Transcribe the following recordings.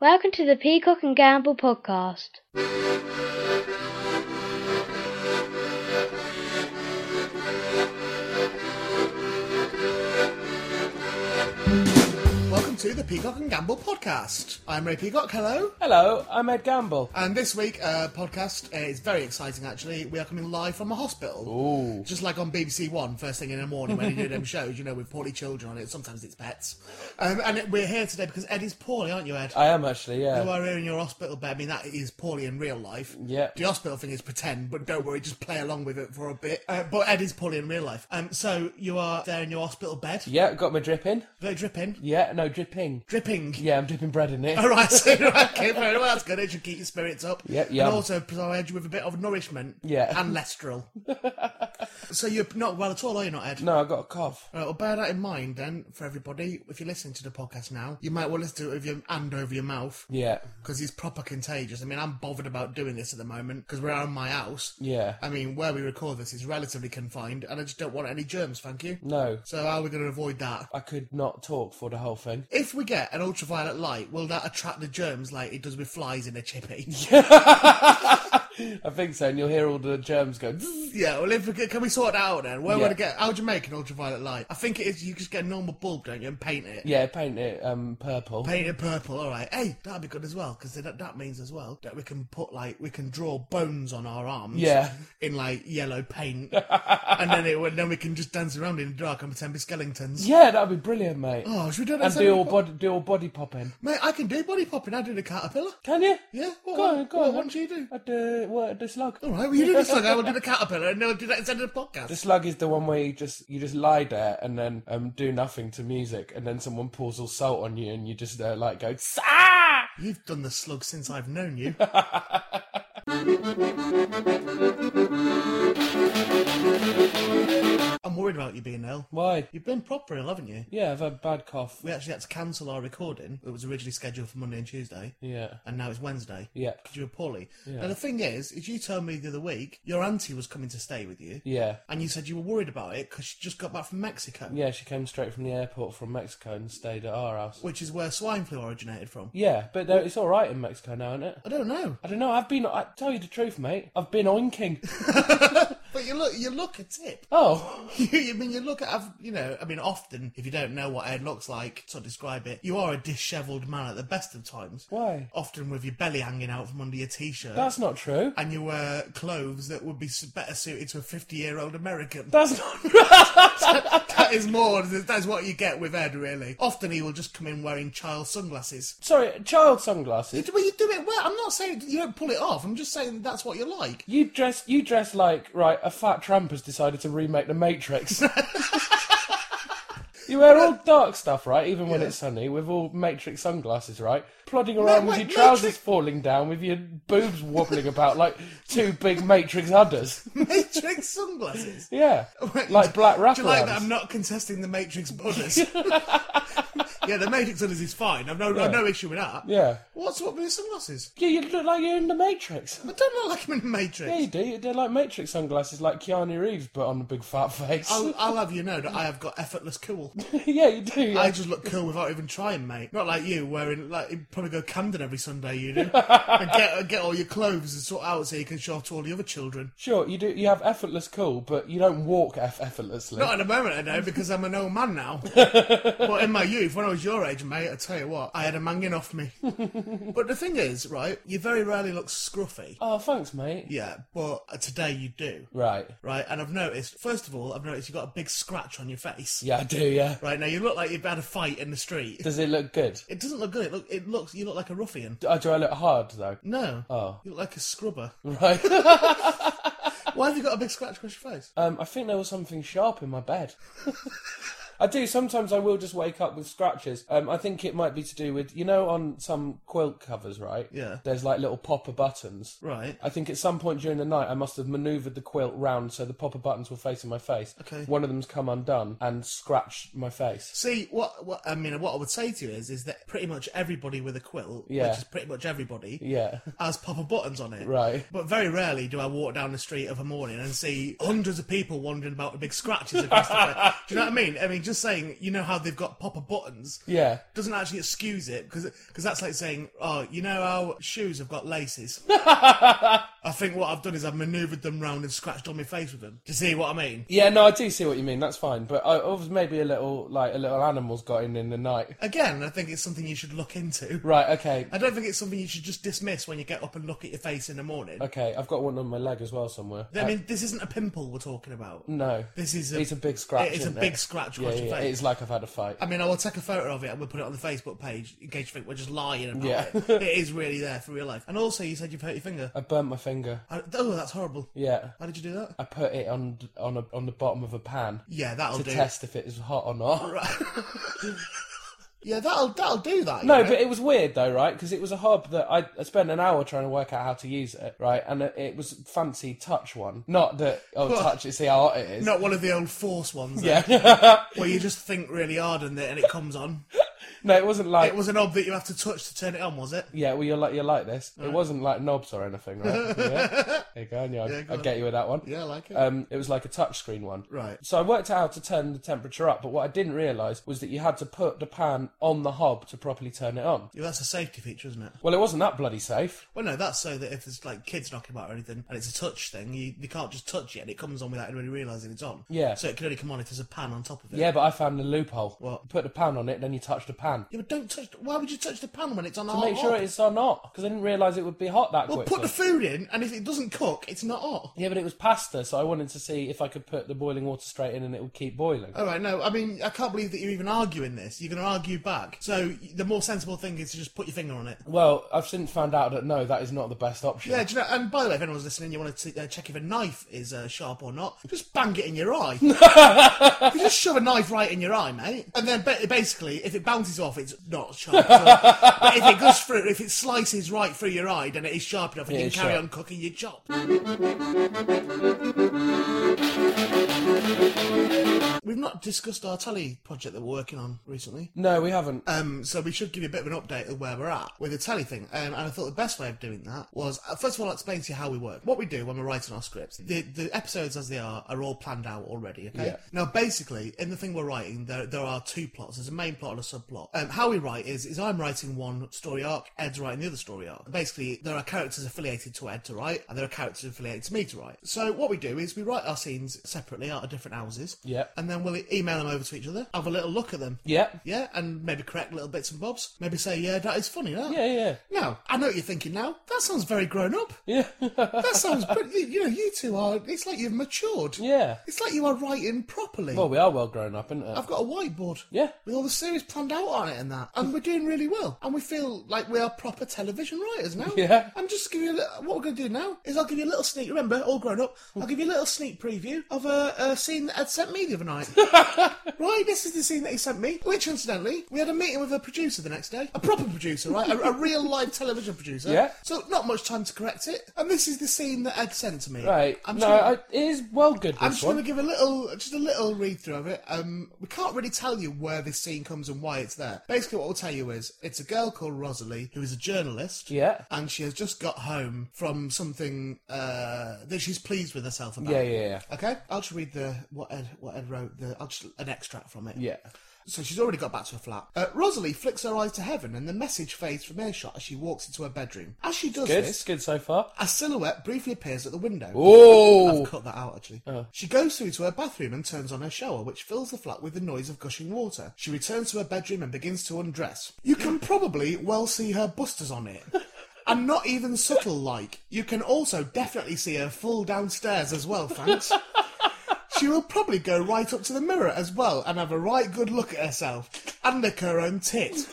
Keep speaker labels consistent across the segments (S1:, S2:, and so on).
S1: Welcome to the Peacock and Gamble podcast.
S2: Welcome to the Peacock and Gamble podcast. I'm Ray Peacock. Hello.
S3: Hello, I'm Ed Gamble.
S2: And this week, uh, podcast uh, is very exciting. Actually, we are coming live from a hospital.
S3: Ooh.
S2: Just like on BBC One, first thing in the morning when you do them shows, you know, with poorly children on it. Sometimes it's pets. Um, and it- we're here today because Ed is poorly, aren't you, Ed?
S3: I am actually,
S2: you
S3: yeah.
S2: are in your hospital bed. I mean, that is poorly in real life.
S3: Yeah.
S2: The hospital thing is pretend, but don't worry, just play along with it for a bit. Uh, but Ed is poorly in real life. Um, so you are there in your hospital bed.
S3: Yeah, got my dripping.
S2: Very dripping.
S3: Yeah, no, dripping.
S2: Dripping.
S3: Yeah, I'm dipping bread in it.
S2: All right, so okay, very well, that's good. It should keep your spirits up.
S3: Yeah,
S2: And
S3: yeah.
S2: also provide you with a bit of nourishment.
S3: Yeah.
S2: And lestrel. so you're not well at all, are you not, Ed?
S3: No, I got a cough.
S2: All right, well, bear that in mind then for everybody. If you're listening to the podcast now, you might well listen to it with your hand over your mouth
S3: Yeah,
S2: because it's proper contagious. I mean, I'm bothered about doing this at the moment because we're out of my house.
S3: yeah.
S2: I mean, where we record this is relatively confined, and I just don't want any germs. Thank you.
S3: No,
S2: So how are we going to avoid that?
S3: I could not talk for the whole thing.
S2: If we get an ultraviolet light, will that attract the germs like it does with flies in a chippy?
S3: I think so, and you'll hear all the germs go. "Zzz."
S2: Yeah, well, if we get, can we sort that out then? Where
S3: Yeah.
S2: would I get? How would you make an ultraviolet light? I think it is. You just get a normal bulb, don't you, and paint it.
S3: Yeah, paint it um purple.
S2: Paint it purple. All right. Hey, that'd be good as well because that, that means as well that we can put like we can draw bones on our arms.
S3: Yeah.
S2: In like yellow paint, and then it would- then we can just dance around in the dark and pretend we're skeletons.
S3: Yeah, that'd be brilliant, mate.
S2: Oh, should we do that?
S3: And
S2: so-
S3: do all body, do all body popping.
S2: Mate, I can do body popping. I do the caterpillar.
S3: Can you?
S2: Yeah. What,
S3: Go on,
S2: what-
S3: go on.
S2: What do you do?
S3: I'd uh, what the slug.
S2: All right. Well, you do this. Like I will do the caterpillar, and then we'll do that instead of the podcast.
S3: The slug is the one where you just you just lie there and then um do nothing to music, and then someone pours all salt on you, and you just uh, like go ah.
S2: You've done the slug since I've known you. I'm worried about you being ill.
S3: Why?
S2: You've been proper ill, haven't you?
S3: Yeah, I've had a bad cough.
S2: We actually had to cancel our recording. It was originally scheduled for Monday and Tuesday,
S3: Yeah,
S2: and now it's Wednesday.
S3: yeah,
S2: Because you were poorly.
S3: Yeah.
S2: Now, the thing is, is you told me the other week your auntie was coming to stay with you,
S3: yeah,
S2: and you said you were worried about it because she just got back from Mexico,
S3: yeah. She came straight from the airport from Mexico and stayed at our house.
S2: which is where swine flu originated from.
S3: Yeah, but though it's all right in Mexico now, isn't it?
S2: I don't know.
S3: I don't know. I've been. I tell you the truth, mate. I've been oinking.
S2: But you look, you look a tip.
S3: Oh,
S2: you, I mean, you look at, I've- you know, I mean, often, if you don't know what Ed looks like, to describe it, you are a dishevelled man at the best of times.
S3: why?
S2: Often with your belly hanging out from under your t shirt.
S3: That's not true.
S2: and you wear clothes that would be s- better suited to a 50 year old American.
S3: That's not.
S2: that is more, that's what you get with Ed, really. Often he will just come in wearing child sunglasses.
S3: Sorry, child sunglasses.
S2: But you do it well. I'm not saying you don't pull it off. I'm just saying that's what you're like.
S3: You dress. You dress like right. A fat tramp has decided to remake the Matrix. You wear all dark stuff, right? Even when it's sunny, with all Matrix sunglasses, right? Plodding around with
S2: wait,
S3: your trousers
S2: Matrix-
S3: falling down, with your boobs wobbling about like two big Matrix udders.
S2: Matrix sunglasses.
S3: Yeah,
S2: Wait,
S3: like black
S2: Do you like that?
S3: wraparounds.
S2: I'm not contesting the Matrix bonus. yeah, the Matrix bonus is fine. I've no, I've no issue with that.
S3: Yeah,
S2: What's up with his sunglasses?
S3: yeah, you look like you're in the Matrix.
S2: I don't look like him in the Matrix.
S3: Yeah, you do. They're like Matrix sunglasses, like Keanu Reeves, but on a big fat face.
S2: I'll, I'll have you know that I have got effortless cool.
S3: yeah, you do. Yeah.
S2: I just look cool without even trying, mate. Not like you, wearing like you probably go Camden every Sunday, you do, and get get all your clothes and sort out so you can show off to all the other children.
S3: Sure, you do. You have effortless cool, but you don't walk eff- effortlessly.
S2: Not at the moment, I know, because I'm an old man now. but in my youth, when I was your age, mate, I tell you what, I had a mangin off me. but the thing is, right, you very rarely look scruffy.
S3: Oh, thanks, mate.
S2: Yeah, but today you do,
S3: Right.
S2: right? And I've noticed, first of all, I've noticed you've got a big scratch on your face.
S3: Yeah, I do. Yeah.
S2: Right, now you look like you've had a fight in the street.
S3: Does it look good?
S2: It doesn't look good. It, look, it looks, you look like a ruffian.
S3: Oh, do I look hard though?
S2: No.
S3: Oh.
S2: You look like a scrubber.
S3: Right.
S2: Why have you got a big scratch across your face?
S3: Um, I think there was something sharp in my bed. I do. Sometimes I will just wake up with scratches. Um, I think it might be to do with you know on some quilt covers, right?
S2: Yeah.
S3: There's like little popper buttons.
S2: Right.
S3: I think at some point during the night I must have manoeuvred the quilt round so the popper buttons were facing my face.
S2: Okay.
S3: One of them's come undone and scratched my face.
S2: See what what I mean. What I would say to you is, is that pretty much everybody with a quilt,
S3: Yeah.
S2: which is pretty much everybody,
S3: Yeah.
S2: has popper buttons on it.
S3: Right.
S2: But very rarely do I walk down the street of a morning and see hundreds of people wandering about with big scratches across the face. Do you know what I mean? I mean, just saying, you know how they've got popper buttons
S3: Yeah.
S2: doesn't actually excuse it because that's like saying, oh, you know how shoes have got laces. I think what I've done is I've manoeuvred them round and scratched on my face with them. Do you see what I mean?
S3: Yeah, no, I do see what you mean. That's fine, but I, I was maybe a little like a little animal's got in in the night.
S2: Again, I think it's something you should look into.
S3: Right. Okay.
S2: I don't think it's something you should just dismiss when you get up and look at your face in the morning.
S3: Okay. I've got one on my leg as well somewhere. Uh,
S2: I mean, this isn't a pimple we're talking about.
S3: No.
S2: This is a,
S3: It's a big scratch.
S2: It's a
S3: isn't
S2: big
S3: it?
S2: scratch
S3: Yeah,
S2: across your
S3: yeah,
S2: face. Uh,
S3: it's like I've had a fight.
S2: I mean, I will take a photo of it and we'll put it on the Facebook page in case you think we're just lying about
S3: Yeah.
S2: it. It is really there for real life. And also, you said you've hurt your finger.
S3: I burnt my finger.
S2: I, oh, that's horrible.
S3: Yeah.
S2: How did you do that?
S3: I put it on on a, on the bottom of a pan
S2: Yeah, that'll
S3: to
S2: do.
S3: test if it was hot or not.
S2: Yeah, that'll that'll do that. you
S3: No,
S2: know?
S3: but it was weird though, right? Because it was a hob that I, I spent an hour trying to work out how to use it, right? And it, it was fancy touch one, not that oh touch it, see how hot it is.
S2: not one of the old force ones. Yeah,
S3: Yeah.
S2: where you just think really hard and it and it comes on.
S3: no, it wasn't like
S2: It was an knob that you have to touch to turn it on, was it?
S3: Yeah, well, you're like you're like this. It wasn't like knobs or anything, right? yeah. There you go. and Yeah, I-
S2: Yeah, go
S3: I
S2: on.
S3: get you with that one.
S2: Yeah, I like it.
S3: Um, it was like a touchscreen one.
S2: Right.
S3: So I worked out how to turn the temperature up, but what I didn't realise was that you had to put the pan on the hob to properly turn it on.
S2: Yeah, that's a safety feature, isn't it?
S3: Well, it wasn't that bloody safe.
S2: Well, no, that's so that if there's like kids knocking about or anything, and it's a touch thing, you, you can't just touch it and it comes on without anybody realising it's on.
S3: Yeah.
S2: So it can only come on if there's a pan on top of it.
S3: Yeah, but I found the loophole.
S2: What?
S3: You put the pan on it, then you touch the pan.
S2: Yeah, but don't touch. Why would you touch the pan when it's on the
S3: To
S2: hot?
S3: make sure
S2: hob?
S3: it's or not, because I didn't realise it would be hot that
S2: Well,
S3: quickly.
S2: put the food in, and if it doesn't cook, it's not hot.
S3: yeah, but it was pasta, so I wanted to see if I could put the boiling water straight in and it would keep boiling.
S2: All right, no, I mean, I can't believe that you're even arguing this. You're going to argue back. So the more sensible thing is to just put your finger on it.
S3: Well, I've since found out that no, that is not the best option.
S2: Yeah, do you know, and by the way, if anyone's listening, you want to uh, check if a knife is uh, sharp or not, just bang it in your eye. you just shove a knife right in your eye, mate. And then ba- basically, if it bounces off, it's not sharp. at all. but if it goes through, if it slices right through your eye, then it is sharp enough and
S3: Yeah,
S2: you
S3: it's
S2: can carry
S3: sharp.
S2: on cooking your chop. We've not discussed our telly project that we're working on recently.
S3: No, we haven't.
S2: Um, so we should give you a bit of an update of where we're at with the telly thing. Um, and I thought the best way of doing that was, uh, first of all, I'll explain to you how we work. What we do when we're writing our scripts, the, the episodes as they are are all planned out already, okay?
S3: Yeah.
S2: Now, basically, in the thing we're writing, there, there are two plots. There's a main plot and a subplot. Um, how we write is, is I'm writing one story arc, Ed's writing the other story arc. Basically, there are characters affiliated to Ed to write, and there are characters affiliated to me to write. So what we do is we write our scenes separately out of different houses.
S3: Yeah.
S2: And then we'll email them over to each other, have a little look at them.
S3: yeah.
S2: Yeah, and maybe correct little bits and bobs. Maybe say, yeah, that is funny, that.
S3: Yeah, yeah.
S2: Now, I know what you're thinking now. That sounds very grown up.
S3: Yeah.
S2: That sounds, pretty, you know, you two are, it's like you've matured.
S3: yeah.
S2: It's like you are writing properly.
S3: Well, we are well grown up, isn't it?
S2: I've got a whiteboard.
S3: Yeah.
S2: With all the series planned out on it and that. And we're doing really well. And we feel like we are proper television writers now.
S3: Yeah.
S2: I'm just giving you a little, what we're going to do now is I'll give you a little sneak, remember, all grown up, I'll give you a little sneak preview of a, a scene that Ed sent me the other night. right, this is the scene that he sent me, which incidentally, we had a meeting with a producer the next day. A proper producer, right? A, a real live television producer.
S3: Yeah.
S2: So not much time to correct it. And this is the scene that Ed sent to me.
S3: Right.
S2: I'm
S3: no,
S2: sure-
S3: I, it is well good.
S2: I'm
S3: This
S2: just going to
S3: one.
S2: give a little, just a little read through of it. Um, we can't really tell you where this scene comes and why it's there. Basically, what we'll tell you is it's a girl called Rosalie who is a journalist.
S3: Yeah.
S2: And she has just got home from something uh, that she's pleased with herself about.
S3: Yeah, yeah, yeah.
S2: Okay, I'll just read the what Ed what Ed wrote. The I'll just an extract from it.
S3: Yeah.
S2: So she's already got back to her flat. Uh, Rosalie flicks her eyes to heaven, and the message fades from earshot as she walks into her bedroom. As she does
S3: Good.
S2: this,
S3: Good so far.
S2: a silhouette briefly appears at the window.
S3: Oh.
S2: I've cut that out actually. She goes through to her bathroom and turns on her shower, which fills the flat with the noise of gushing water. She returns to her bedroom and begins to undress. You can probably well see her busters on it. And not even subtle like. You can also definitely see her fall downstairs as well, thanks. She will probably go right up to the mirror as well and have a right good look at herself and lick her own tit.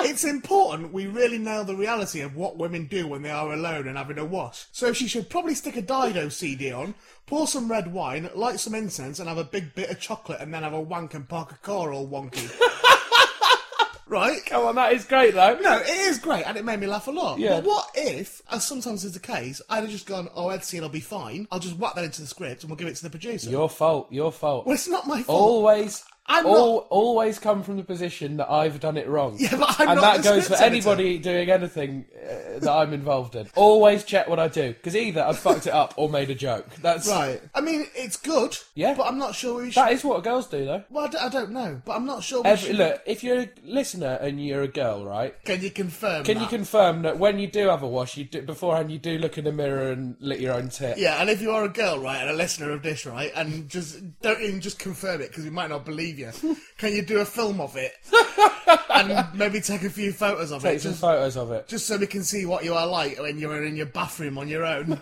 S2: It's important we really nail the reality of what women do when they are alone and having a wash. So she should probably stick a Dido CD on, pour some red wine, light some incense, and have a big bit of chocolate, and then have a wank and park a car all wonky. right?
S3: Come on, that is great though.
S2: No, it is great, and it made me laugh a lot.
S3: Yeah.
S2: But what if, as sometimes is the case, I'd have just gone, "Oh, I'd see it, I'll be fine. I'll just whack that into the script, and we'll give it to the producer."
S3: Your fault. Your fault.
S2: Well, it's not my fault.
S3: always.
S2: I'm
S3: al- always come from the position that I've done it wrong.
S2: Yeah, but I'm not
S3: and that
S2: the
S3: goes for
S2: script editor.
S3: anybody doing anything uh, that I'm involved in. Always check what I do because either I've fucked it up or made a joke. That's
S2: Right. I mean, it's good.
S3: Oh. Yeah.
S2: But I'm not sure we should.
S3: that is what girls do though.
S2: well, I d- I don't know. But I'm not sure we
S3: Every,
S2: should.
S3: look, if you're a listener and you're a girl, right?
S2: Can you confirm?
S3: Can you
S2: that?
S3: confirm that when you do have a wash, you do, beforehand you do look in the mirror and lick your own tit?
S2: Yeah, and if you are a girl, right, and a listener of this, right, and just don't even just confirm it because we might not believe you. Can you do a film of it and maybe take a few photos of
S3: Take
S2: it,
S3: some
S2: just,
S3: photos of it.
S2: just so we can see what you are like when you're in your bathroom on your own?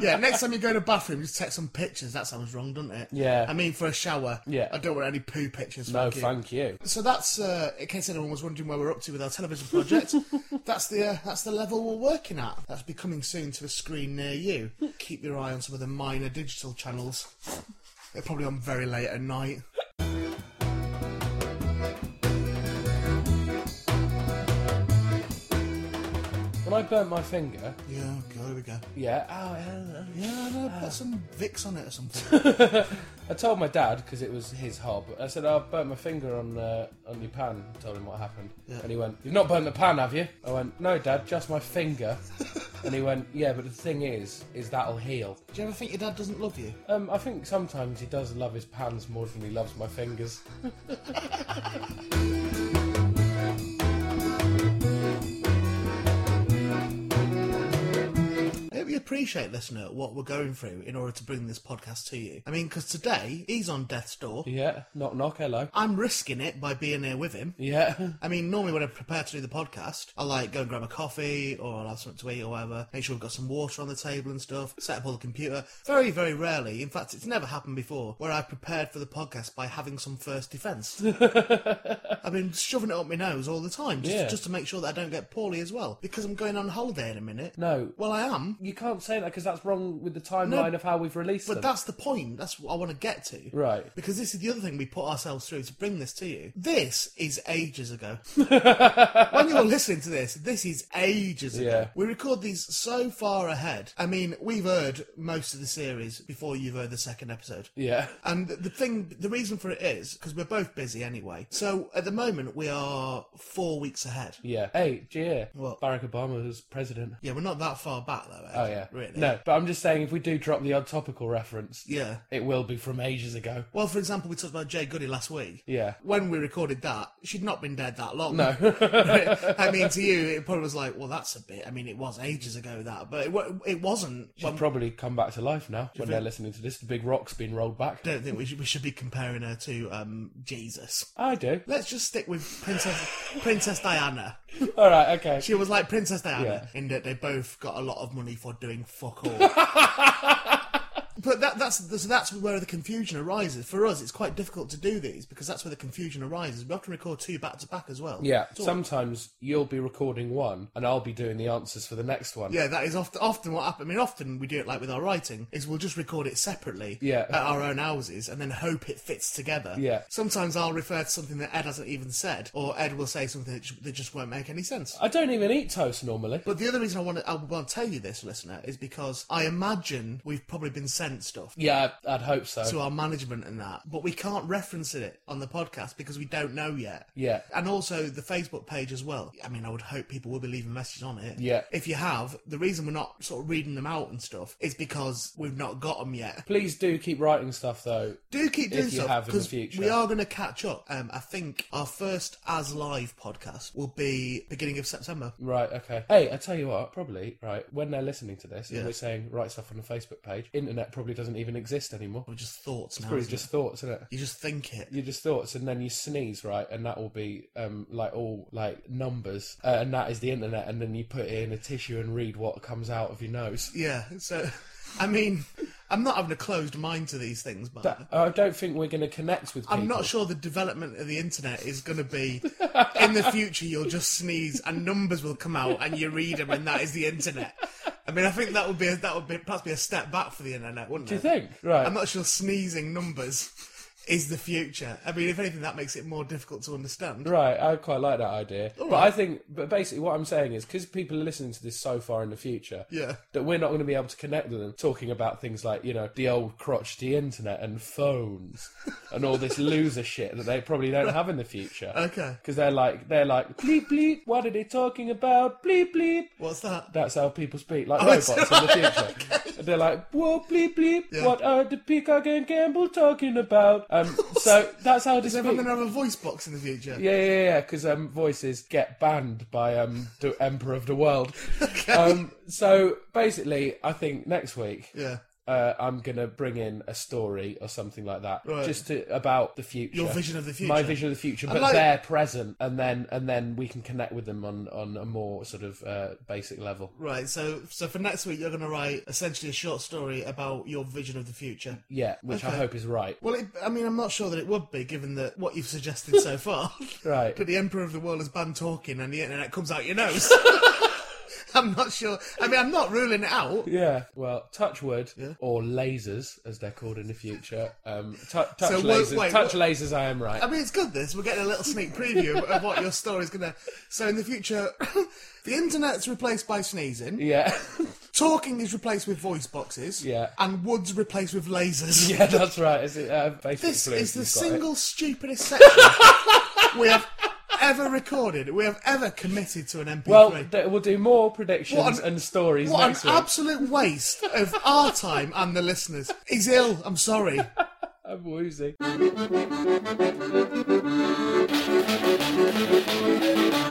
S2: yeah, next time you go to bathroom, just take some pictures. That sounds wrong, doesn't it?
S3: Yeah.
S2: I mean, for a shower.
S3: Yeah.
S2: I don't want any poo pictures.
S3: No,
S2: thank you.
S3: thank you.
S2: So that's uh, in case anyone was wondering where we're up to with our television project. that's the uh, that's the level we're working at. That's be coming soon to a screen near you. Keep your eye on some of the minor digital channels. They're probably on very late at night.
S3: When I burnt my finger,
S2: Yeah, okay, there we go.
S3: yeah, oh, yeah, yeah.
S2: Yeah, no, put some Vicks on it or something.
S3: I told my dad because it was his hob. I said, oh, "I burnt my finger on uh, on your pan." Told him what happened,
S2: Yeah.
S3: and he went, "You've not burnt the pan, have you?" I went, "No, Dad, just my finger." and he went, "Yeah, but the thing is, is that'll heal."
S2: Do you ever think your dad doesn't love you?
S3: Um, I think sometimes he does love his pans more than he loves my fingers.
S2: I hope you appreciate, listener, what we're going through in order to bring this podcast to you. I mean, because today he's on death's door.
S3: Yeah, knock knock, hello.
S2: I'm risking it by being here with him.
S3: Yeah,
S2: I mean, normally when I prepare to do the podcast, I like go and grab a coffee or I'll have something to eat or whatever. Make sure we've got some water on the table and stuff. Set up all the computer. Very, very rarely, in fact, it's never happened before, where I prepared for the podcast by having some first defence. I've been shoving it up my nose all the time just,
S3: Yeah.
S2: just to make sure that I don't get poorly as well because I'm going on holiday in a minute.
S3: no,
S2: Well, I am,
S3: you can't say that because that's wrong with the timeline of how we've released
S2: but
S3: them.
S2: that's the point. That's what I want to get to.
S3: Right.
S2: Because this is the other thing we put ourselves through to bring this to you. This is ages ago. when you're listening to this, this is ages ago.
S3: Yeah.
S2: We record these so far ahead. I mean, we've heard most of the series before you've heard the second episode.
S3: Yeah,
S2: And the thing, the reason for it is because we're both busy anyway. So at the moment, we are four weeks ahead.
S3: yeah. Hey, Gia,
S2: What?
S3: Barack Obama was president.
S2: Yeah, we're not that far back though. Ed,
S3: Oh yeah,
S2: really?
S3: No, but I'm just saying if we do drop the odd topical reference,
S2: Yeah.
S3: it will be from ages ago.
S2: Well, for example, we talked about Jay Goody last week.
S3: Yeah.
S2: When we recorded that, she'd not been dead that long.
S3: No.
S2: I mean, to you, it probably was like, well, that's a bit. I mean, it was ages ago that, but it, wa- it wasn't.
S3: She's probably come back to life now when they're
S2: think-
S3: listening to this. The big rock's been rolled back.
S2: I don't think we should, we should be comparing her to um, Jesus.
S3: I do.
S2: Let's just stick with Princess Princess Diana.
S3: All right. Okay.
S2: She was like Princess Diana in that they both got a lot of money for doing fuck all. But that, that's so that's where the confusion arises. For us, it's quite difficult to do these because that's where the confusion arises. We often record two back to back as well.
S3: Yeah.
S2: So-
S3: Sometimes you'll be recording one, and I'll be doing the answers for the next one.
S2: Yeah, that is often often what happens. I mean, often we do it like with our writing is we'll just record it separately
S3: Yeah.
S2: at our own houses and then hope it fits together.
S3: Yeah.
S2: Sometimes I'll refer to something that Ed hasn't even said, or Ed will say something that ju- that just won't make any sense.
S3: I don't even eat toast normally.
S2: But the other reason I want to I want to tell you this, listener, is because I imagine we've probably been sent stuff.
S3: yeah, I'd- I'd hope so.
S2: To our management and that, but we can't reference it on the podcast because we don't know yet.
S3: Yeah.
S2: And also the Facebook page as well. I mean, I would hope people will be leaving messages on it.
S3: Yeah.
S2: If you have, the reason we're not sort of reading them out and stuff is because we've not got them yet.
S3: Please do keep writing stuff though.
S2: Do keep doing
S3: If you
S2: stuff,
S3: have in the
S2: 'cause
S3: future.
S2: we are going to catch up. Um, I think our first as live podcast will be beginning of September.
S3: Right, okay. Hey, I tell you what, probably, right, when they're listening to this
S2: Yeah.
S3: and we're saying write stuff on the Facebook page, internet probably doesn't even exist anymore.
S2: We're just thoughts now.
S3: Probably
S2: isn't
S3: just
S2: it?
S3: thoughts, isn't it?
S2: you just think it.
S3: you just thoughts and then you sneeze right and that will be um like all like numbers uh, and that is the internet and then you put it in a tissue and read what comes out of your nose
S2: Yeah. So, I mean, I'm not having a closed mind to these things, but.
S3: i don't think we're going to connect with people
S2: I'm not sure the development of the internet is going to be in the future. You'll just sneeze and numbers will come out and you read them, and that is the internet. I mean, I think that would be that would be perhaps be a step back for the internet, wouldn't
S3: do you
S2: it?
S3: think right
S2: I'm not sure sneezing numbers is the future. I mean, if anything, that makes it more difficult to understand.
S3: Right, I quite like that idea.
S2: All
S3: but
S2: right.
S3: I think, but basically, what I'm saying is because people are listening to this so far in the future
S2: Yeah.
S3: that we're not going to be able to connect with them talking about things like, you know, the old crotchety internet and phones and all this loser shit that they probably don't have in the future.
S2: Okay.
S3: Because they're like, they're like, bleep bleep, what are they talking about? Bleep bleep.
S2: What's that?
S3: That's how people speak, like
S2: Oh,
S3: robots
S2: it's-
S3: in the future. And They're like, whoa, bleep, bleep,
S2: Yeah.
S3: what are the Peacock and Campbell talking about? Um, so that's how they
S2: Is everyone
S3: speak.
S2: going to have a voice box in the future?
S3: Yeah, yeah, yeah, because um, voices get banned by um, the Emperor of the World.
S2: Okay.
S3: Um, so basically, I think next week
S2: yeah.
S3: uh, I'm going to bring in a story or something like that,
S2: Right.
S3: just to, about the future.
S2: Your vision of the future.
S3: My vision of the future, but
S2: like-
S3: their present, and then and then we can connect with them on, on a more sort of uh, basic level.
S2: Right, so so for next week you're going to write essentially a short story about your vision of the future.
S3: Yeah, which I
S2: Okay.
S3: hope is right.
S2: Well, it, I mean, I'm not sure that it would be, given that what you've suggested so far.
S3: Right.
S2: That the Emperor of the World has banned talking and the internet comes out your nose. I'm not sure. I mean, I'm not ruling it out.
S3: Yeah. Well, touch wood
S2: Yeah.
S3: or lasers, as they're called in the future. Um, tou- touch
S2: So what-
S3: lasers.
S2: wait, what-
S3: touch
S2: Um,
S3: lasers. I am right.
S2: I mean, it's good this. We're getting a little sneak preview of- of what your story's going to. So in the future, the internet's replaced by sneezing,
S3: yeah.
S2: talking is replaced with voice boxes,
S3: Yeah.
S2: and wood's replaced with lasers.
S3: yeah, that's right. Is it, uh, basically
S2: This is the
S3: Fluency's got it.
S2: single stupidest section we have ever recorded. We have ever committed to an MP3.
S3: Well, th- we'll do more predictions
S2: What an-
S3: and stories
S2: What
S3: next
S2: an
S3: week.
S2: absolute waste of our time and the listeners. He's ill. I'm sorry.
S3: I'm woozy.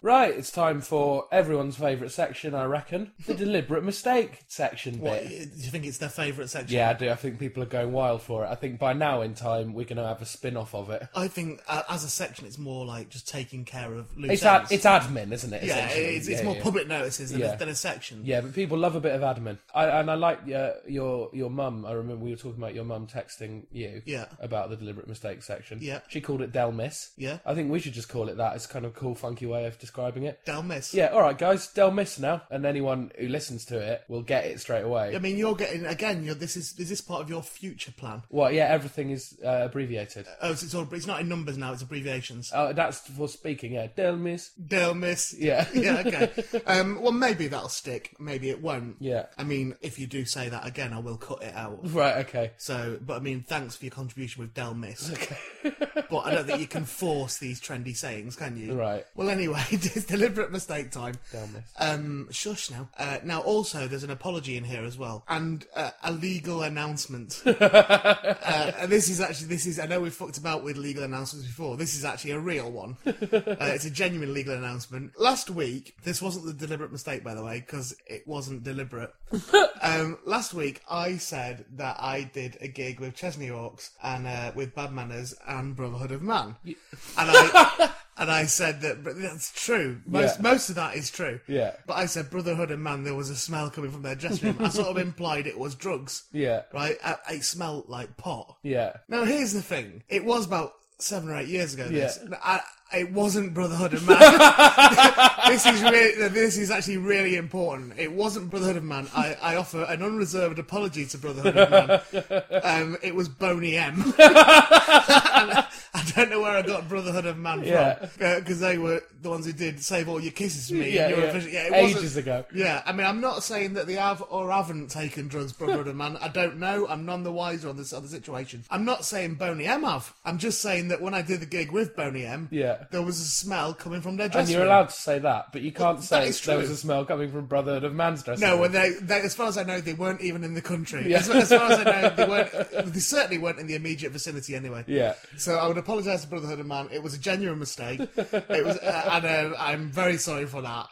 S3: Right, it's time for everyone's favourite section, I reckon. The deliberate mistake section bit.
S2: What, do you think it's their favourite section?
S3: Yeah, I do. I think people are going wild for it. I think by now in time, we're going to have a spin off of it.
S2: I think uh, as a section, it's more like just taking care of loose
S3: It's, ad-
S2: ends.
S3: it's admin, isn't it?
S2: yeah,
S3: essentially?
S2: it's, it's
S3: Yeah,
S2: more
S3: yeah.
S2: public notices than,
S3: Yeah.
S2: a, than a section.
S3: Yeah, but people love a bit of admin. I, and I like uh, your your mum. I remember we were talking about your mum texting you
S2: Yeah.
S3: about the deliberate mistake section.
S2: Yeah.
S3: She called it Del Miss.
S2: Yeah.
S3: I think we should just call it that. It's kind of a cool, funky way of describing it.
S2: Del Miss.
S3: Yeah, all right, guys, Del Miss now. And anyone who listens to it will get it straight away.
S2: I mean, you're getting again. You're, this is is this part of your future plan?
S3: Well, yeah, everything is uh, abbreviated.
S2: Oh, so it's all. It's not in numbers now. It's abbreviations.
S3: Oh, that's for speaking, yeah. Del Miss.
S2: Del Miss.
S3: Yeah.
S2: yeah. Okay. um, well, maybe that'll stick. Maybe it won't.
S3: Yeah.
S2: I mean, if you do say that again, I will cut it out.
S3: Right, okay.
S2: So, but I mean, thanks for your contribution with Del Miss. but I don't think you can force these trendy sayings, can you?
S3: Right.
S2: Well, anyway, it's deliberate mistake time.
S3: Del Miss.
S2: Um, shush now. Uh, now, also, there's an apology in here as well, and uh, a legal announcement. uh, and this is actually this is. I know we've fucked about with legal announcements before. This is actually a real one. uh, it's a genuine legal announcement. Last week, this wasn't the deliberate mistake, by the way, because it wasn't deliberate. um, last week, I said that I did a gig with Chesney Hawks and uh, with Bad Manners and Brotherhood of Man, and I. And I said that, but that's true. Most
S3: Yeah.
S2: most of that is true.
S3: Yeah.
S2: But I said Brotherhood and Man, there was a smell coming from their dressing room. I sort of implied it was drugs.
S3: Yeah.
S2: Right? I, it smelled like pot.
S3: Yeah.
S2: Now, here's the thing. It was about seven or eight years ago, this.
S3: Yeah.
S2: I, it wasn't Brotherhood and Man. this is really, this is actually really important. It wasn't Brotherhood of Man. I, I offer an unreserved apology to Brotherhood of Man. Um, it was Boney M. I don't know where I got Brotherhood of Man
S3: Yeah.
S2: from because they were the ones who did Save All Your Kisses for Me.
S3: Yeah,
S2: and
S3: yeah.
S2: Eurovision. yeah it
S3: Ages
S2: wasn't-
S3: ago.
S2: Yeah, I mean, I'm not saying that they have or haven't taken drugs, Brotherhood of Man. I don't know. I'm none the wiser on this other situation. I'm not saying Boney M have. I'm just saying that when I did the gig with Boney M,
S3: Yeah.
S2: there was a smell coming from their
S3: And
S2: dressing
S3: you're
S2: room.
S3: allowed to say that, but you can't
S2: that
S3: say
S2: is
S3: there
S2: true.
S3: was a smell coming from Brotherhood of Man's dressing
S2: No,
S3: room.
S2: when they, they, as far as I know, they weren't even in the country.
S3: Yeah.
S2: As, as far as I know, they weren't. They certainly weren't in the immediate vicinity, anyway.
S3: Yeah.
S2: So I would apologise to Brotherhood of Man. It was a genuine mistake. It was, uh, and uh, I'm very sorry for that.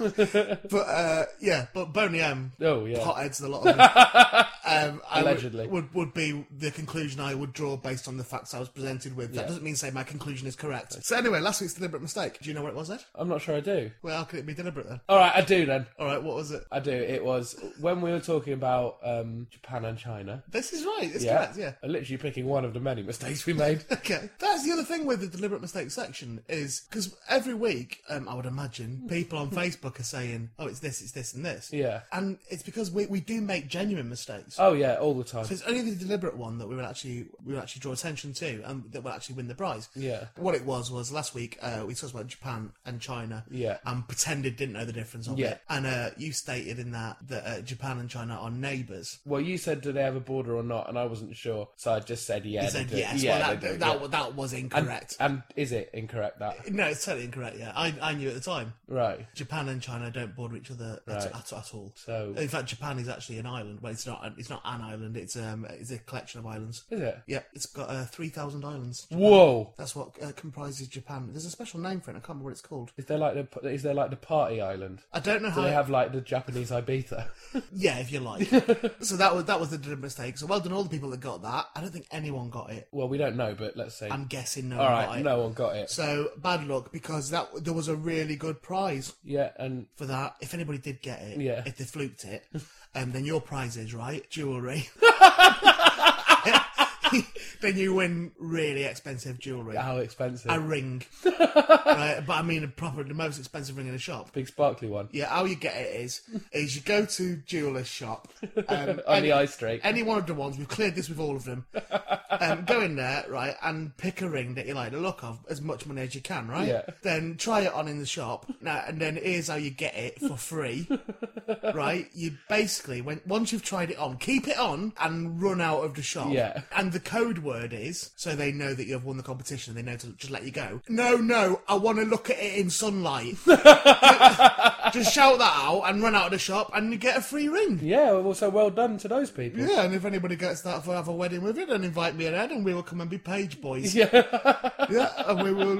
S2: but uh, yeah, but Boney M.
S3: Oh, yeah.
S2: potheads, the lot of them. um, I would-
S3: Allegedly.
S2: would, would be the conclusion I would draw based on the facts I was presented with. That
S3: Yeah.
S2: doesn't mean say my conclusion is correct. So anyway, last week's deliberate mistake. Do you know what it was, Ed?
S3: I'm not sure I do.
S2: Well, how could it be deliberate then?
S3: All right, I do then.
S2: All right, what was it?
S3: I do. It was when we were talking about um, Japan and China.
S2: This is right. It's correct. Yeah.
S3: I'm literally picking one of the many mistakes we made.
S2: Okay, that's the other thing with the deliberate mistake section is because every week, um, I would imagine people on Facebook are saying, "Oh, it's this, it's this, and this."
S3: Yeah.
S2: and it's because we, we do make genuine mistakes.
S3: Oh yeah, all the time.
S2: So it's only the deliberate one that we will actually we will actually draw attention to, and that will actually win the prize.
S3: Yeah.
S2: What it was was last week uh, we talked about Japan and China.
S3: Yeah.
S2: And pretended didn't know the difference of
S3: Yeah.
S2: it. And uh, you stated in that that uh, Japan and China are neighbours.
S3: Well, you said do they have a border or not, and I wasn't sure, so I just said yeah.
S2: You
S3: they
S2: said
S3: do.
S2: yes.
S3: Yeah,
S2: well, that,
S3: they do,
S2: that,
S3: yeah.
S2: wa- that was
S3: And-
S2: incorrect.
S3: And, is it incorrect that
S2: no, it's totally incorrect. Yeah, I, I knew at the time.
S3: right?
S2: Japan and China don't border each other
S3: Right.
S2: at, at, at all.
S3: So
S2: In fact, Japan is actually an island. Well, it's not. It's not an island. It's um. It's a collection of islands.
S3: is it?
S2: Yep, it's got uh, three thousand islands.
S3: Whoa!
S2: That's what uh, comprises Japan. There's a special name for it. I can't remember what it's called.
S3: Is there like the is there like the party island?
S2: I don't know
S3: Do
S2: how.
S3: they have like the Japanese Ibiza?
S2: Yeah, if you like. so that was that was the deliberate mistake. So well done all the people that got that. I don't think anyone got it.
S3: well, we don't know, but let's see.
S2: I'm guessing no
S3: All
S2: one
S3: right,
S2: got it.
S3: no one got it.
S2: So bad luck because that there was a really good prize
S3: Yeah, and
S2: for that. If anybody did get it,
S3: Yeah.
S2: if they fluked it, um, then your prize is right jewelry. then you win really expensive jewelry.
S3: how expensive?
S2: A ring, right? But I mean, a proper, the most expensive ring in a shop.
S3: Big sparkly one
S2: Yeah, how you get it is is you go to jeweler's shop. Um,
S3: on
S2: any,
S3: the high street.
S2: any one of the ones we've cleared this with all of them. Um, go in there, right, and pick a ring that you like the look of, as much money as you can, right?
S3: Yeah.
S2: Then try it on in the shop. Now, and then here's how you get it for free, right? You basically when once you've tried it on, keep it on and run out of the shop.
S3: Yeah.
S2: And the code word is so they know that you have won the competition. They know to just let you go. No, no, I want to look at it in sunlight. Just shout that out and run out of the shop and you get a free ring.
S3: yeah, well, so well done to those people.
S2: Yeah, and if anybody gets that for have a wedding with it, then invite me and Ed and we will come and be page boys.
S3: Yeah.
S2: Yeah, and we will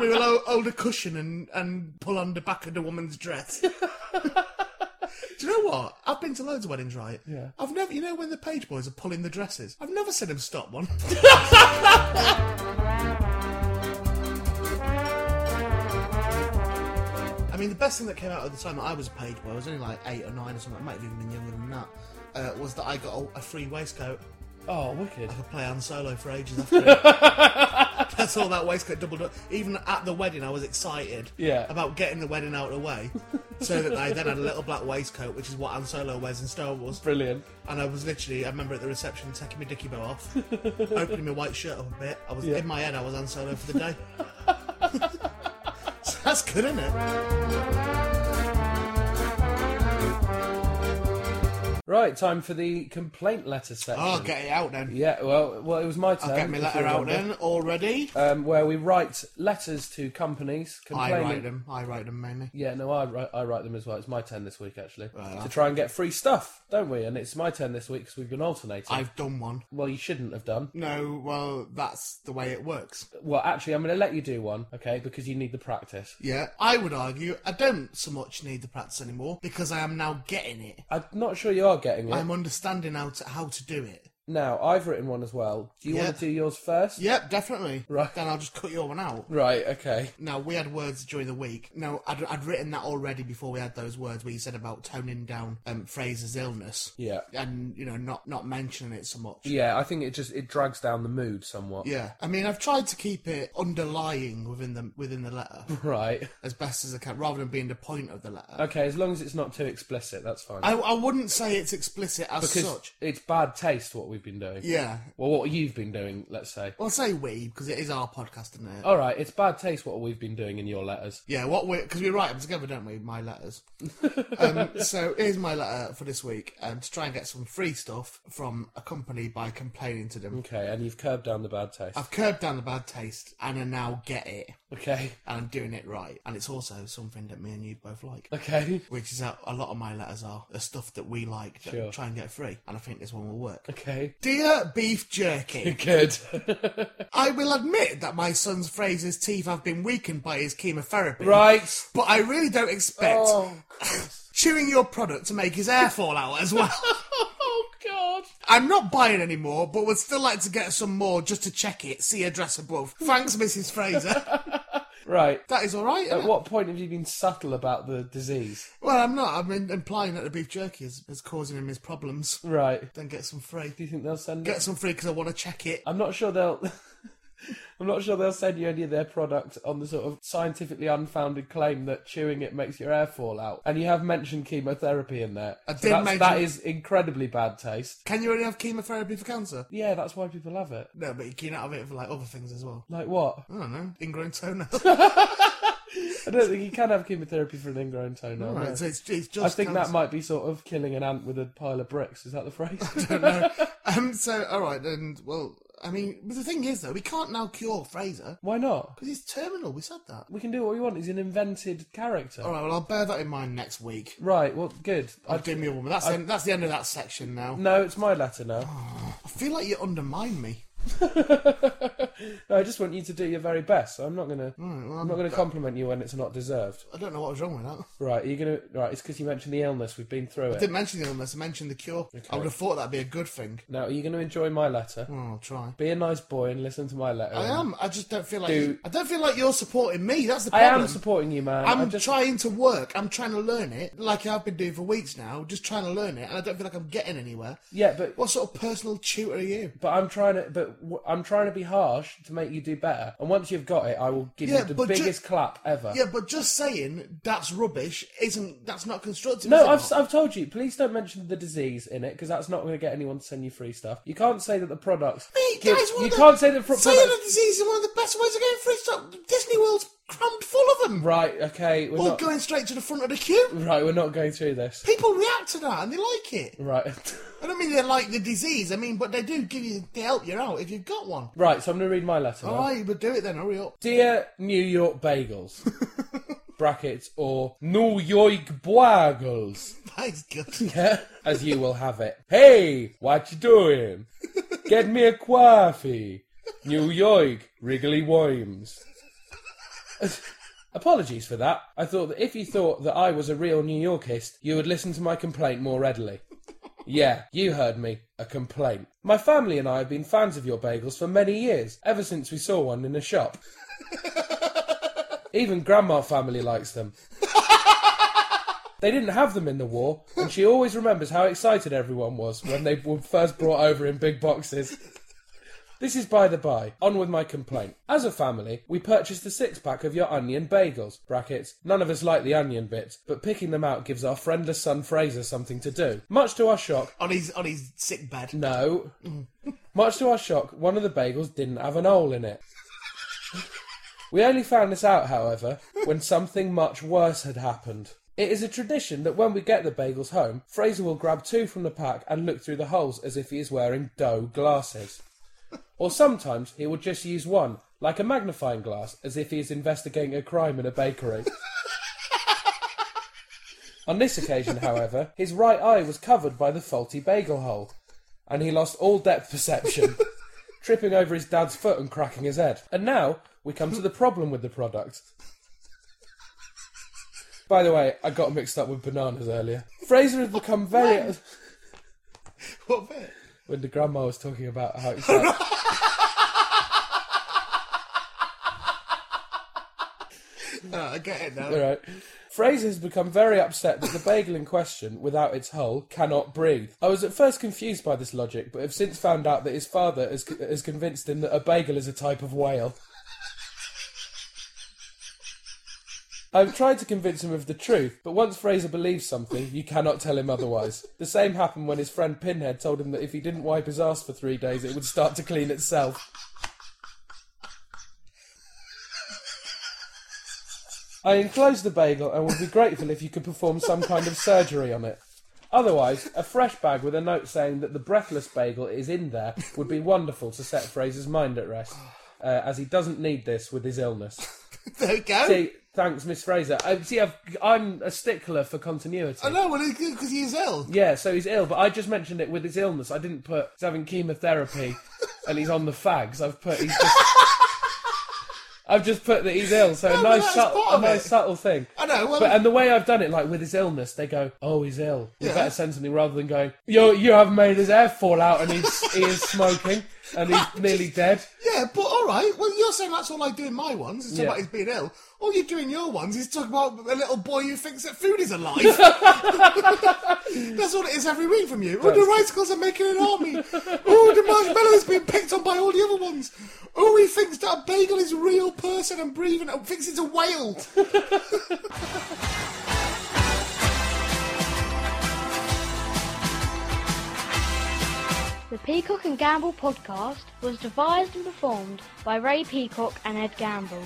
S2: we will ho- hold a cushion and, and pull on the back of the woman's dress. Do you know what? I've been to loads of weddings, right?
S3: Yeah.
S2: I've never, you know, when the page boys are pulling the dresses, I've never seen them stop one. I mean, the best thing that came out at the time that I was a page boy, I was only like eight or nine or something, I might have even been younger than that, uh, was that I got a, a free waistcoat.
S3: oh, wicked.
S2: I could play on solo for ages after it. That's all that waistcoat doubled up. Even at the wedding, I was excited
S3: Yeah.
S2: about getting the wedding out of the way. so that I then had a little black waistcoat, which is what Han Solo wears in Star Wars.
S3: Brilliant.
S2: And I was literally, I remember at the reception taking my dicky bow off, opening my white shirt up a bit. I was
S3: Yeah.
S2: in my head, I was Han Solo for the day. so that's good, isn't it?
S3: Right, time for the complaint letter section.
S2: Oh, get it out then.
S3: Yeah, well, well, it was my turn.
S2: I'll get my
S3: if
S2: letter
S3: you
S2: out
S3: remember.
S2: then already.
S3: Um, where we write letters to companies
S2: I
S3: complaining.
S2: write them. I write them mainly.
S3: Yeah, no, I write, I write them as well. It's my turn this week, actually, to try and get free stuff, don't we? And it's my turn this week because we've been alternating.
S2: I've done one.
S3: Well, you shouldn't have done.
S2: No, well, that's the way it works.
S3: Well, actually, I'm going to let you do one, okay? Because you need the practice.
S2: Yeah, I would argue I don't so much need the practice anymore because I am now getting it.
S3: I'm not sure you are getting it.
S2: I'm understanding how to how to do it.
S3: Now, I've written one as well. Do you
S2: Yeah.
S3: want to do yours first?
S2: Yep, definitely.
S3: Right.
S2: Then I'll just cut your one out.
S3: Right, okay.
S2: Now we had words during the week. Now I'd, I'd written that already before we had those words where you said about toning down um, Fraser's illness
S3: Yeah.
S2: and you know not not mentioning it so much.
S3: Yeah, I think it just it drags down the mood somewhat.
S2: Yeah. I mean I've tried to keep it underlying within the within the letter
S3: Right.
S2: as best as I can, rather than being the point of the letter.
S3: Okay, as long as it's not too explicit, that's fine.
S2: I, I wouldn't say it's explicit as
S3: because
S2: such.
S3: it's bad taste what we've been doing.
S2: Yeah.
S3: Well, what you've been doing, let's say.
S2: Well, say we because it is our podcast, isn't it?
S3: All right, it's bad taste what we've been doing in your letters.
S2: Yeah, what we because we write them together, don't we? My letters. um, so here's my letter for this week, um, to try and get some free stuff from a company by complaining to them.
S3: Okay, and you've curbed down the bad taste.
S2: I've curbed down the bad taste and I now get it,
S3: Okay,
S2: and I'm doing it right. And it's also something that me and you both like,
S3: okay,
S2: which is that a lot of my letters are the stuff that we like that
S3: Sure.
S2: try and get free, and I think this one will work.
S3: okay.
S2: Dear beef jerky.
S3: Good.
S2: I will admit that my son's Fraser's teeth have been weakened by his chemotherapy.
S3: right.
S2: But I really don't expect
S3: Oh,
S2: chewing your product to make his hair fall out as well.
S3: oh God.
S2: I'm not buying any more, but would still like to get some more just to check it. See address above. Thanks, Mrs. Fraser.
S3: Right.
S2: that is all right.
S3: At
S2: isn't it?
S3: what point have you been subtle about the disease?
S2: Well, I'm not. I'm in, implying that the beef jerky is, is causing him his problems.
S3: Right.
S2: Then get some free.
S3: Do you think they'll send it?
S2: Get some free because I want to check it.
S3: I'm not sure they'll. I'm not sure they'll send you any of their product on the sort of scientifically unfounded claim that chewing it makes your hair fall out. And you have mentioned chemotherapy in there.
S2: I
S3: So
S2: did
S3: that's,
S2: mention-
S3: that is incredibly bad taste.
S2: Can you only have chemotherapy for cancer?
S3: Yeah, that's why people have it.
S2: No, but you can out of it for like other things as well.
S3: Like what?
S2: I don't know, ingrown toenail.
S3: I don't think you can have chemotherapy for an ingrown toenail. no.
S2: Right, so it's, it's just
S3: I think
S2: cancer.
S3: that might be sort of killing an ant with a pile of bricks. Is that the phrase?
S2: Um, so, all right, and well, I mean, but the thing is, though, we can't now cure Fraser
S3: Why not?
S2: because he's terminal. We said that.
S3: We can do what we want. He's an invented character.
S2: All right, well, I'll bear that in mind next week.
S3: Right. Well, good.
S2: I'll
S3: I,
S2: do me a woman. That's, the, end- that's the end of that section now.
S3: no, it's my letter
S2: Oh.
S3: now.
S2: I feel like you undermine me.
S3: No, I just want you to do your very best. I'm not gonna.
S2: well, uh,
S3: I'm not gonna compliment you when it's not deserved.
S2: I don't know what was wrong with that.
S3: Right. Are you gonna? Right. It's because you mentioned the illness. We've been through
S2: I
S3: it.
S2: didn't mention the illness, I mentioned the cure. I would have thought that'd be a good thing.
S3: Now, are you gonna enjoy my letter?
S2: Oh, I'll try.
S3: Be a nice boy and listen to my letter.
S2: I am. I just don't feel like
S3: Um, Do-
S2: I don't feel like you're supporting me. That's the
S3: I
S2: problem.
S3: am supporting you, man.
S2: I'm
S3: I just,
S2: trying to work. I'm trying to learn it, like I've been doing for weeks now. Just trying to learn it, and I don't feel like I'm getting anywhere.
S3: yeah, but
S2: What sort of personal tutor are you?
S3: But I'm trying to, but w- I'm trying to be harsh to make you do better. And once you've got it, I will give
S2: Yeah,
S3: you the
S2: but ju-
S3: biggest clap ever.
S2: Yeah, but just saying that's rubbish isn't that's not constructive. is
S3: no,
S2: it
S3: I've,
S2: not?
S3: s- I've told you. Please don't mention the disease in it because that's not going to get anyone to send you free stuff. You can't say that the products.
S2: Mate,
S3: give-
S2: that is one
S3: you
S2: of the-
S3: can't say that pro-
S2: Saying
S3: products.
S2: a disease is one of the best ways of getting free stuff. Disney World's crammed full of them.
S3: Right. Okay. We're
S2: All
S3: not.
S2: going straight to the front of the queue.
S3: Right. We're not going through this.
S2: People react to that and they like it.
S3: Right.
S2: I don't mean they like the disease. I mean, but they do give you they help you out if you've got one.
S3: right. So I'm going to read my letter. now.
S2: All right, but do it then. Hurry up.
S3: Dear New York Bagels. brackets or New York Bagels.
S2: That is good.
S3: Yeah, as you will have it. Hey, what you doing? Get me a coffee. New York, Wrigley Worms. Apologies for that. I thought that if you thought that I was a real New Yorkist, you would listen to my complaint more readily. Yeah, you heard me. A complaint. My family and I have been fans of your bagels for many years, ever since we saw one in a shop. Even grandma family likes them. They didn't have them in the war, and she always remembers how excited everyone was when they were first brought over in big boxes. This is by the by. On with my complaint. As a family, we purchased a six pack of your onion bagels. Brackets. None of us like the onion bits, but picking them out gives our friendless son Fraser something to do. Much to our shock,
S2: on his on his sick bed.
S3: no. Much to our shock, one of the bagels didn't have an hole in it. We only found this out, however, when something much worse had happened. It is a tradition that when we get the bagels home, Fraser will grab two from the pack and look through the holes as if he is wearing dough glasses. Or sometimes he will just use one, like a magnifying glass, as if he is investigating a crime in a bakery. On this occasion, however, his right eye was covered by the faulty bagel hole, and he lost all depth perception, tripping over his dad's foot and cracking his head. And now we come to the problem with the product. By the way, I got mixed up with bananas earlier. Fraser has become very.
S2: What bit?
S3: When the grandma was talking about how excited.
S2: Uh, I get it now.
S3: All right. Fraser has become very upset that the bagel in question, without its hull, cannot breathe. I was at first confused by this logic, but have since found out that his father has, has convinced him that a bagel is a type of whale. I've tried to convince him of the truth, but once Fraser believes something, you cannot tell him otherwise. The same happened when his friend Pinhead told him that if he didn't wipe his ass for three days, it would start to clean itself. I enclose the bagel and would be grateful if you could perform some kind of surgery on it. Otherwise, a fresh bag with a note saying that the breathless bagel is in there would be wonderful to set Fraser's mind at rest, uh, as he doesn't need this with his illness.
S2: There we go.
S3: See, thanks, Miss Fraser. I, see, I've, I'm a stickler for continuity.
S2: I know, well, because he is ill.
S3: Yeah, so he's ill, but I just mentioned it with his illness. I didn't put he's having chemotherapy and he's on the fags. I've put he's just. I've just put that he's ill, so
S2: No,
S3: a
S2: but
S3: nice,
S2: that's
S3: subtle,
S2: part
S3: a
S2: of
S3: nice
S2: it.
S3: subtle thing.
S2: I know. Well,
S3: But um, and the way I've done it, like with his illness, they go, "Oh, he's ill. We
S2: Yeah.
S3: better send something," rather than going, "Yo, you have made his hair fall out and he's he is smoking." and he's nearly dead.
S2: Yeah, but all right. Well, you're saying that's all I do in my ones. It's talking
S3: Yeah.
S2: about he's being ill. All you do in your ones is talk about a little boy who thinks that food is alive. that's all it is every week from you. Oh, the
S3: That's-
S2: rascals are making an army. oh, the marshmallow's been picked on by all the other ones. Oh, he thinks that a bagel is a real person and breathing. Oh, thinks it's a whale.
S1: The Peacock and Gamble podcast was devised and performed by Ray Peacock and Ed Gamble.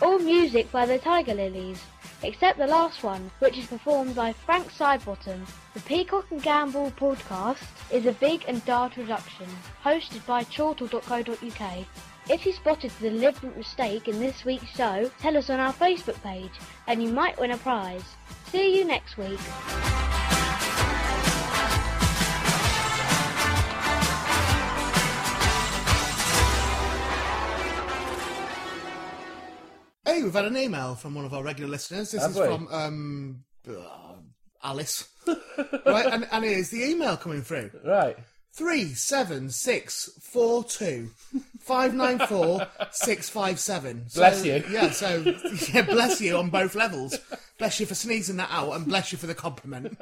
S1: All music by the Tiger Lilies, except the last one, which is performed by Frank Sidebottom. The Peacock and Gamble podcast is a big and dark production, hosted by chortle.co.uk. If you spotted the deliberate mistake in this week's show, tell us on our Facebook page, and you might win a prize. See you next week.
S2: Hey, we've had an email from one of our regular listeners. This
S3: Have
S2: is
S3: we?
S2: from um, uh, Alice. right, and, and here's the email coming through.
S3: Right.
S2: Three seven six four two five nine four six five seven. So,
S3: Bless you.
S2: Yeah, so yeah, bless you on both levels. Bless you for sneezing that out, and bless you for the compliment.